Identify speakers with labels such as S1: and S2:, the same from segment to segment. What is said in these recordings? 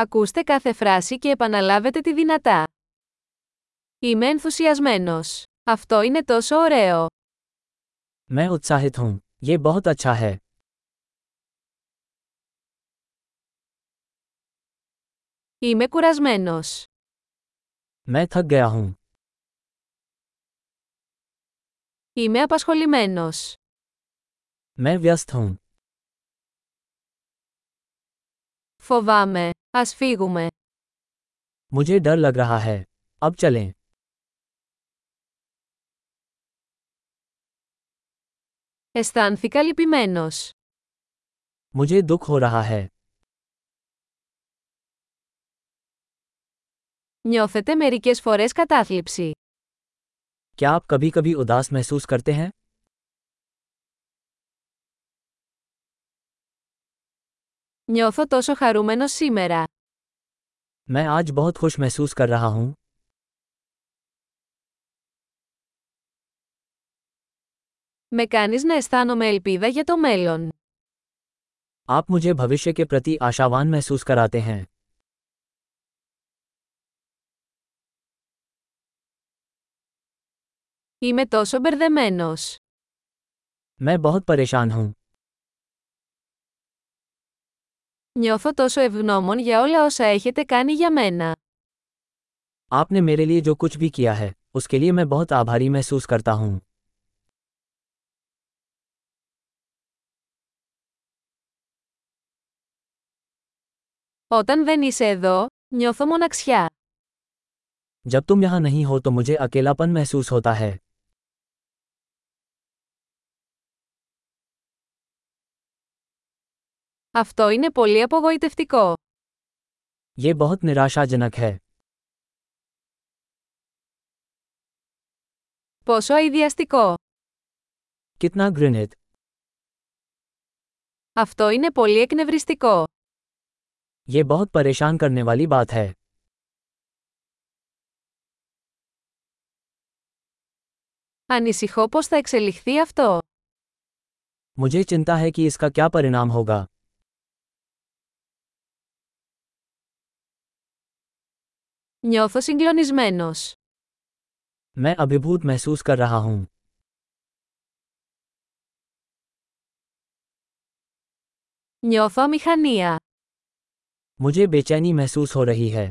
S1: Ακούστε κάθε φράση και επαναλάβετε τη δυνατά. Είμαι ενθουσιασμένος. Αυτό είναι τόσο ωραίο.
S2: मैं उत्साहित हूँ ये बहुत अच्छा है
S1: Είμαι κουρασμένος.
S2: मैं थक गया हूँ
S1: Είμαι απασχολημένος.
S2: मैं व्यस्त हूँ
S1: Φοβάμαι. Ας φύγουμε.
S2: मुझे डर लग रहा है अब चलें
S1: Αισθάνθηκα λυπημένος.
S2: मुझे दुख हो रहा है
S1: Νιώθετε μερικές φορές κατάθλιψη.
S2: क्या आप कभी कभी उदास महसूस करते हैं
S1: Νιώθω τόσο χαρούμενος σήμερα.
S2: मैं आज बहुत खुश महसूस कर रहा हूँ
S1: Με κάνεις να αισθάνομαι ελπίδα για το μέλλον.
S2: आप मुझे भविष्य के प्रति आशावान महसूस कराते हैं
S1: Είμαι τόσο μπερδεμένος.
S2: मैं बहुत परेशान हूँ
S1: Νιώθω τόσο ευγνώμων για όλα όσα έχετε κάνει για μένα.
S2: आपने मेरे लिए जो कुछ भी किया है उसके लिए मैं बहुत आभारी महसूस करता हूँ
S1: Όταν δεν είσαι εδώ, νιώθω μοναξιά.
S2: जब तुम यहाँ नहीं हो तो मुझे अकेलापन महसूस होता है
S1: Αυτό είναι πολύ απογοητευτικό.
S2: ये बहुत निराशाजनक है
S1: Πόσο αειδιαστικό.
S2: कितना घृणित
S1: Αυτό είναι πολύ εκνευριστικό.
S2: ये बहुत परेशान करने वाली बात है
S1: Ανησυχώ πώς θα εξελιχθεί αυτό.
S2: मुझे चिंता है कि इसका क्या परिणाम होगा
S1: Νιώθω συγκλονισμένος.
S2: मैं अभिभूत महसूस कर रहा हूँ
S1: Νιώθω αμηχανία.
S2: मुझे बेचैनी महसूस हो रही है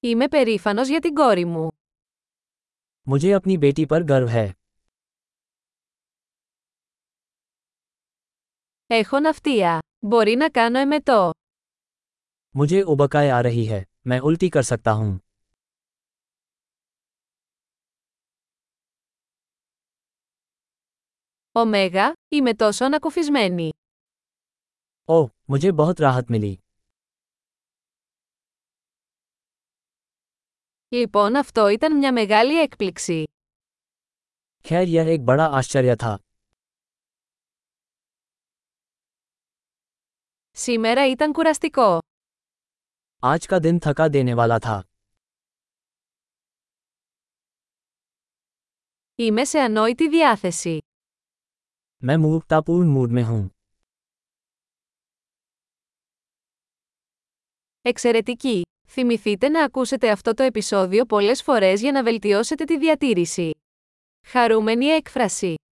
S1: Είμαι περήφανος για την κόρη μου.
S2: मुझे अपनी बेटी पर गर्व है
S1: Έχω ναυτία. Μπορεί να κάνω εμετό.
S2: मुझे उबकाई आ रही है मैं उल्टी कर सकता हूँ
S1: Ωμέγα, είμαι τόσο ανακουφισμένη.
S2: ओह मुझे बहुत राहत मिली
S1: Λοιπόν αυτό ήταν μια μεγάλη έκπληξη.
S2: खैर यह एक बड़ा आश्चर्य था
S1: Σήμερα ήταν κουραστικό.
S2: आज का दिन थका देने वाला था
S1: Είμαι σε ανόητη διάθεση.
S2: मैं मूर्खतापूर्ण मूड में हूँ
S1: Εξαιρετική! Θυμηθείτε να ακούσετε αυτό το επεισόδιο πολλές φορές για να βελτιώσετε τη διατήρηση. Χαρούμενη έκφραση!